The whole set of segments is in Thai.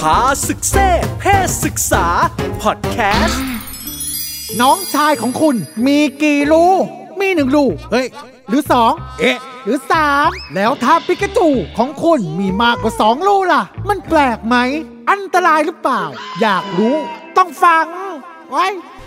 พาศึกเซ่เพศศึกษา พอดแคสต์ น้องชายของคุณมีกี่รูมีหนึ่งรูเฮ้ย หรือสองเอ๊ะ หรือสามแล้วถ้าปิกาจูของคุณมีมากกว่าสองรูล่ะ มันแปลกไหม อันตรายหรือเปล่า อยากรู้ ต้องฟัง ไว้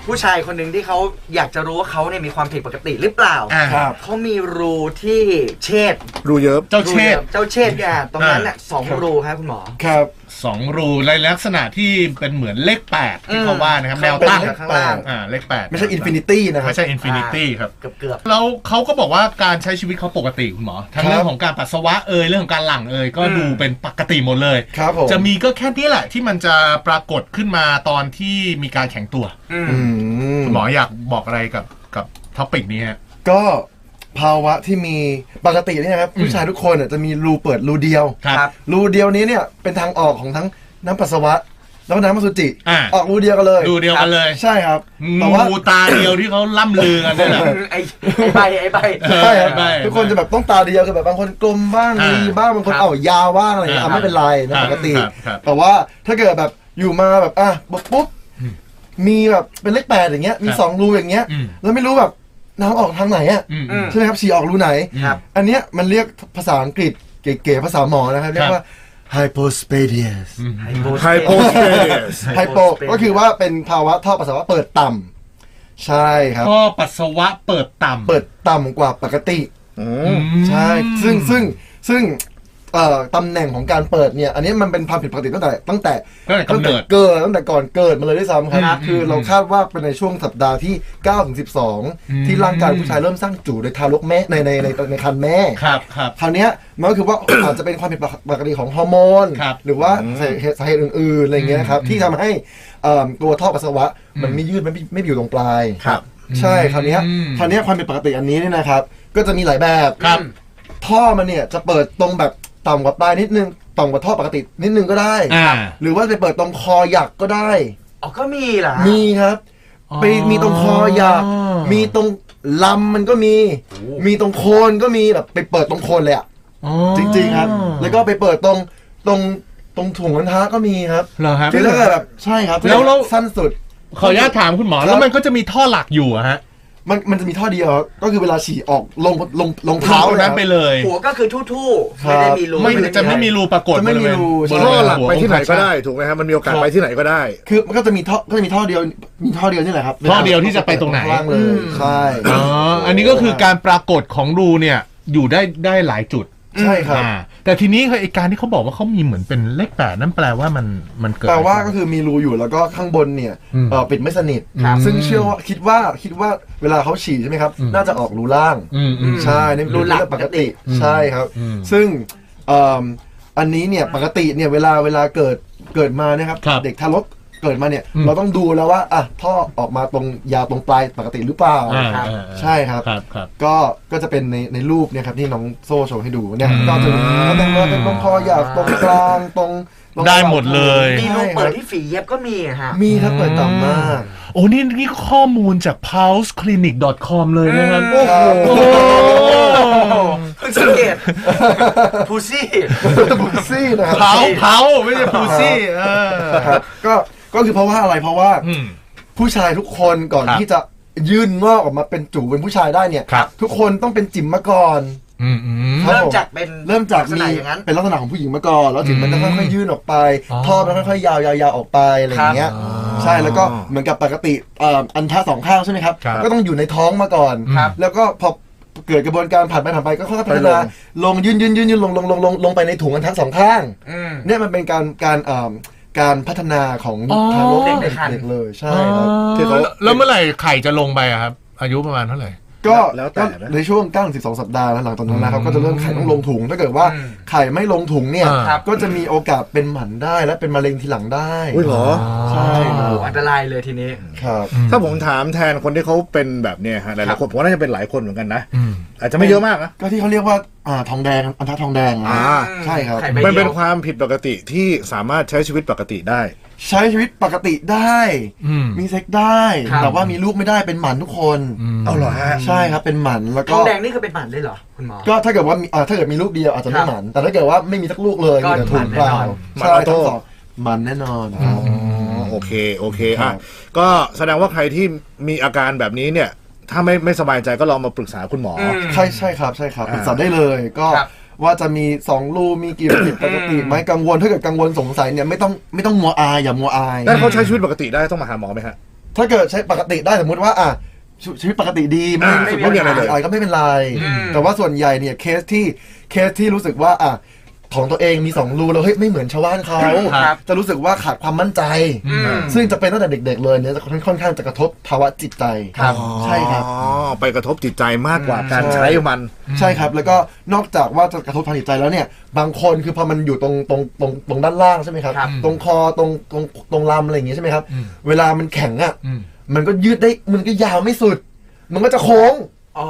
ผู้ชายคนหนึ่งที่เขาอยากจะรู้ว่าเขาเนี่ยมีความผิดปกติหรือเปล่า อ่าครับ เขามีรูที่เชษ รูเยิบ เจ้าเชษ เจ้าเชษอ่ะตรงนั้นอ่ะ อ่า สองรูครับคุณหมอ ครับ สองรูในลักษณะที่เป็นเหมือนเลขแปดที่ อืม เขาว่านะครับแนว เป็น ตั้ง เลขข้างล่าง อ่าเลขแปด ไม่ใช่อินฟินิตี้นะครับ ไม่ใช่อินฟินิตี้ครับ เกือบเกือบ แล้วเขาก็บอกว่าการใช้ชีวิตเขาปกติคุณหมอ ทั้ง ครับ เรื่องของการปัสสาวะเอยเรื่องของการหลั่งเอยก็ อืม ดูเป็นปกติหมดเลย ครับผม จะมีก็แค่นี้แหละที่มันจะปรากฏขึ้นมาตอนที่มีการแข่งตัว ๆอืม อืม คุณหมออยากบอกอะไรกับกับท็อปิกนี้ฮะ ก็ภาวะที่มีปกติเนี่ยนะครับ อืม ผู้ชายทุกคนเนี่ยจะมีรูเปิดรูเดียว ครับ รูเดียวนี้เนี่ยเป็นทางออกของทั้งน้ำปัสสาวะ แล้วก็น้ำอสุจิ อ่า ออกรูเดียวกันเลย ดูเดียวกันเลย ใช่ครับ แต่ว่า งูตาเดียวที่เขาล่ำลือกันนี่แหละ ไอ้ไอ้ใบไอ้ใบ ใช่ครับ ใช่ ทุกคนจะแบบต้องตาเดียวคือแบบบางคนกลมบ้าง อ่า รีบ้างบางคน ครับ เอายาวบ้างอะไรอย่างเงี้ย อ่า อ่ะไม่เป็นไรนะ อ่า ปกติ ครับครับ แต่ว่าถ้าเกิดแบบอยู่มาแบบอ่ะปุ๊บปุ๊บมีแบบเป็นเลขแปดอย่างเงี้ยมี ครับ สองรูอย่างเงี้ย อืม แล้วไม่รู้แบบน้ำออกทางไหนอ่ะ อืม อืม ใช่ไหมครับฉี่ออกรูไหน ครับ อันเนี้ยมันเรียกภาษาอังกฤษเก๋ๆภาษาหมอนะครับ เรีย ครั ก บ ว่า hypospadias ไฮโป hypospadias hypo ก็คือว่าเป็นภาวะท่อปัสสาวะเปิดต่ำใช่ครับ ก็ปัสสาวะเปิดต่ำ เปิดต่ำกว่าปกติ อืม ใช่ ซึ่งซึ่งซึ่งเอ่อตำแหน่งของการเปิดเนี่ย อันนี้มันเป็นความผิดปกติตั้งแต่ตั้งแต่ ตั้งแต่กำเนิด เกิดตั้งแต่ก่อนเกิดมาเลยด้วยซ้ำค ครั รั บบ คือเราคาดว่าเป็นในช่วงสัปดาห์ที่9ถึง12 ที่ร่างกายผู้ชายเริ่มสร้างจู่โดยทารกแม่ในในในในคันแม่ ครับครับ คราวเนี้ยมันก็คือว่า อาจจะเป็นความผิดปกติของฮอร์โมน ครับ หรือว่าสาเหตุสาเหตุอื่นๆอะไรอย่างเงี้ยนะครับ ที่ทำให้เอิ่มตัวท่อปัสสาวะมันไม่ยืดมันไม่ไม่อยู่ตรงปลาย ครับ ใช่คราวเนี้ย อืม คราวเนี้ยความผิดปกติอันนี้เนี่ยนะครับ ก็จะมีหลายแบบ ครับ ท่อมันเนี่ยจะเปิดตรงแบบต่ำกว่าปลายนิดนึงต่ำกว่าท่อปกตินิดนึงก็ได้ อ่า หรือว่าจะเปิดตรงคอหยักก็ได้ อ๋อก็มีเหรอ มีครับ อ๋อ ไปมีตรงคอหยักมีตรงลำมันก็มี มีตรงโคนก็มีแบบไปเปิดตรงโคนเลยอะจริง ๆครับ แล้วก็ไปเปิดตรงตรงตรงถุงวันท้าก็มีครับ เหรอครับ ที่เรียกว่าแบบใช่ครับ แล้วแล้ว สั้นสุด ขออนุญาตถามคุณหมอ แล้วมันก็จะมีท่อหลักอยู่อะฮะ มันมันจะมีท่อเดียวครับก็คือเวลาฉี่ออกลงลงลงเท้า ตรง เลยค นั้ รั น บ ไปเลย หัวก็คือทู่ๆ ครับ ไม่ได้มีรู ไม่จะไม่มีรูปรากฏ จะไม่มีรู บริเวณ ท่ บริอเวณ หลัก ว ไปที่ไหน ของ ก็ ชาย ได้ถูกไหมฮะมันมีโอกาส ครับ ไปที่ไหนก็ได้ คือมันก็จะมีท่อก็จะมีท่อเดียวมีท่อเดียวนี่แหละครับ ท่อเดียวที่จะไปตรงไหน ข้างล่างเลยใช่ อ๋อ อันนี้ก็คือการปรากฏของรูเนี่ยอยู่ได้ได้หลายจุด ใช่ครับ อ่าแต่ทีนี้ไอการที่เขาบอกว่าเขามีเหมือนเป็นเลขแปดนั่นแปลว่ามันมันเกิด แปลว่า ะไร ก็ ขึ้น คือมีรูอยู่แล้วก็ข้างบนเนี่ย อืม เอ่อปิดไม่สนิท ครับ ซึ่งเชื่อว่าคิดว่าคิดว่าเวลาเขาฉี่ใช่ไหมครับ น่าจะออกรูล่าง อืมอืม ใช่นี่รูหลักปกติใช่ครับ อืม ซึ่งเอิ่มอันนี้เนี่ยปกติเนี่ยเวลาเวลาเกิดเกิดมานะครับ ครับ เด็กทารกเกิดมาเนี่ย อืม เราต้องดูแล้วว่าอ่ะท่อออกมาตรงยาวตรงปลายปกติหรือเปล่า อ่า ครับ อ่าอ่า ใช่ครับ ครับครับ ก็ ก็จะเป็นใน ในรูปเนี่ยครับที่น้องโซ่โชว์ให้ดูเนี่ย อืม ก็จะมีก็เป็นว่าเป็นตรงคออยากตรงกลางตรงตรง ได้หมดเลย มีรู ใช่ค เปิ รั ด บ ที่ฝีเย็บก็มีอะฮะ มีครับเปิดต่ำมาก โอ้นี่นี่ข้อมูลจาก pulseclinic.com เลยนะครับ อืม โอ้โห เพิ่งสังเกตพูซี่ บุซี่นะค เผา รับ เผาไม่ใช่ปูซี่ เออ ครับ ก็ ก็คือเพราะว่าอะไร เพราะว่า อืม ผู้ชายทุกคนก่อน ครับ ที่จะยื่นงอกออกมาเป็นจู่เป็นผู้ชายได้เนี่ย ครับ ทุกคนต้องเป็นจิ๋มมาก่อน อืมอืม ครับ เริ่ม ผม จากเป็น เริ่มจาก ลัษ มี ณะอย่างนั้น เป็นลักษณะของผู้หญิงมาก่อนแล้วถึงมันจะค่อยๆยื่นออกไป อ๋อ ท่อมันค่อยๆยาวๆๆออกไปอะไรอย่างเงี้ยใช่แล้วก็เหมือนกับปกติเอ่ออันท่าสองข้างใช่ไหมครับ ครับ ก็ต้องอยู่ในท้องมาก่อน ครับ แล้วก็พอเกิดกระบวนการผ่านไปผ่านไปก็ค่อยๆพัฒนาลงยืนยืนยืนยืนลงลงลงลงลงไปในถุงอันท่าสองข้าง อืม เนี่ยมันเป็นการการเอ่อการพัฒนาของ อ๋อ ทารก เด็กในครรภ์ เด็กเลยใช่ครับ ที่เขา แล้วเมื่อไหร่ไข่จะลงไปอะครับ อายุประมาณเท่าไหร่ ก็ แล้วแต่นะ ในช่วง9-12 สัปดาห์หลังจากนั้นนะครับก็จะเริ่มไข่ต้องลงถุงถ้าเกิดว่า อืม ไข่ไม่ลงถุงเนี่ย อ่า ครับ ก็จะมีโอกาสเป็นหมันได้และเป็นมะเร็งทีหลังได้ อุ้ยเหรอ ใช่ โอ้ ค โห รับ อันตรายเลยทีนี้ ครับ ถ้าผมถามแทนคนที่เขาเป็นแบบเนี้ยฮะคหรั ลาย บ ๆคนผมว่าน่าจะเป็นหลายคนเหมือนกันนะ อืม อาจจะไม่เยอะมากนะ ก็ที่เขาเรียกว่า อ่าทองแดงอันทะทองแดงอะ อ่า ใช่ครับ ไข่ใบ มันเป็นความผิดปกติที่สามารถใช้ชีวิตปกติได้ ใช้ชีวิตปกติได้ อืม มีเซ็กได้ ครับ แต่ว่ามีลูกไม่ได้เป็นหมันทุกคน เอาเหรอฮะ ใช่ครับเป็นหมันแล้ว ท ก็ องแดงนี่คือเป็นหมันเลยเหรอคุณหมอ ก็ถ้าเกิดว่ามีอ่าถ้าเกิดมีลูกเดียวอาจจะไม่หมัน แต่ถ้าเกิดว่าไม่มีสักลูกเลย ก็ มีแต่ถุงเปล่า หมัน ใช่ ออโต้ ทั้งสองหมันแน่นอนครับ อ๋อโอเคโอเค ครั อ่ะ บ ก็แสดงว่าใครที่มีอาการแบบนี้เนี่ย ถ้าไม่ไม่สบายใจก็ลองมาปรึกษาคุณหมออ ม ใช่ใช่ครับใช่ครับปอ่ารึกษาได้เลยก็ ครับ ว่าจะมีสองรูมีกี่ผิดปกติไหมกังวลถ้าเกิดกังวลสงสัยเนี่ยไม่ต้องไม่ต้องมัวอายอย่ามัวอาย แล้วเขาใช้ชีวิตปกติได้ต้องมาหาหมอไหมฮะ ถ้าเกิดใช้ปกติได้สมมติว่าอ่ะชชีวิตปกติดีไม่ อ่า รู้สึกว่า ไม่มีอะไรเลย อะไรก็ไม่เป็นไร อืม แต่ว่าส่วนใหญ่เนี่ยเคสที่เคสที่รู้สึกว่าอ่ะของตัวเองมีสองรูแล้วเฮ้ยไม่เหมือนชาวบ้านเขา ครับ จะรู้สึกว่าขาดความมั่นใจ อืม ซึ่งจะเป็นตั้งแต่เด็ก ๆ เลยเนี่ยจะค่อนข้างจะกระทบภาวะจิตใจ ครับ ใช่ครับ อ๋อไปกระทบจิตใจมากกว่าการ ใช่ ใช้มัน ใช่ครับ แล้วก็นอกจากว่าจะกระทบทางจิตใจแล้วเนี่ย บางคนคือพอมันอยู่ตรงตรงตรงตรงด้านล่างใช่ไหมครับ ครับ ตรงคอตรงตรงตรงลำอะไรอย่างงี้ใช่ไหมครับ เวลามันแข็งอ่ะ อืม มันก็ยืดได้มันก็ยาวไม่สุด มันก็จะโค้ง อ๋อ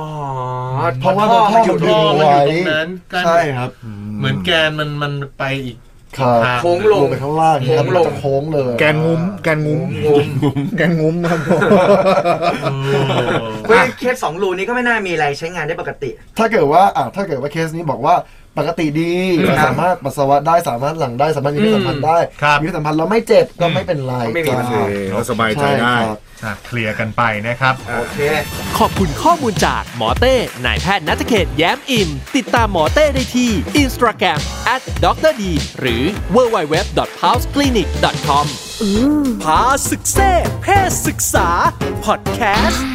เพราะว่ามันท่อมันดึงไว้ มันอยู่ตรงนั้นกั้น ใช่ครับ เหมือนแกนมันมันไปอีก ครับ ครับ โค้งล ล ง งไปข้างล่างเนี่ยครับ โค้ง มั ลงนจะโค้งเลย แกนงุ้ม แกนงุ้ม แกนงุ้มนะครับผม เว้ยเคสสองรูนี้ก็ไม่น่ามีอะไรใช้งานได้ปกติ ถ้าเกิดว่าอ่ะถ้าเกิดว่าเคสนี้บอกว่าปกติดี ครับ สามารถปัสสาวะได้สามารถหลังได้สามารถมีเพศสัมพันธ์ได้ ครับ มีเพศสัมพันธ์แล้วไม่เจ็บก็ไม่เป็นไร ไม่มีปัญหา จ้า ก็สบายใจได้ ช่ครับ อ่ะเคลียร์กันไปนะครับ โอเค ขอบคุณข้อมูลจากหมอเต้ นายแพทย์นัทเขตแย้มอิน ติดตามหมอเต้ได้ที่ Instagram at dr d หรือ www.houseclinic.com พาศึกเซ่เพศศึกษา พอดแคสต์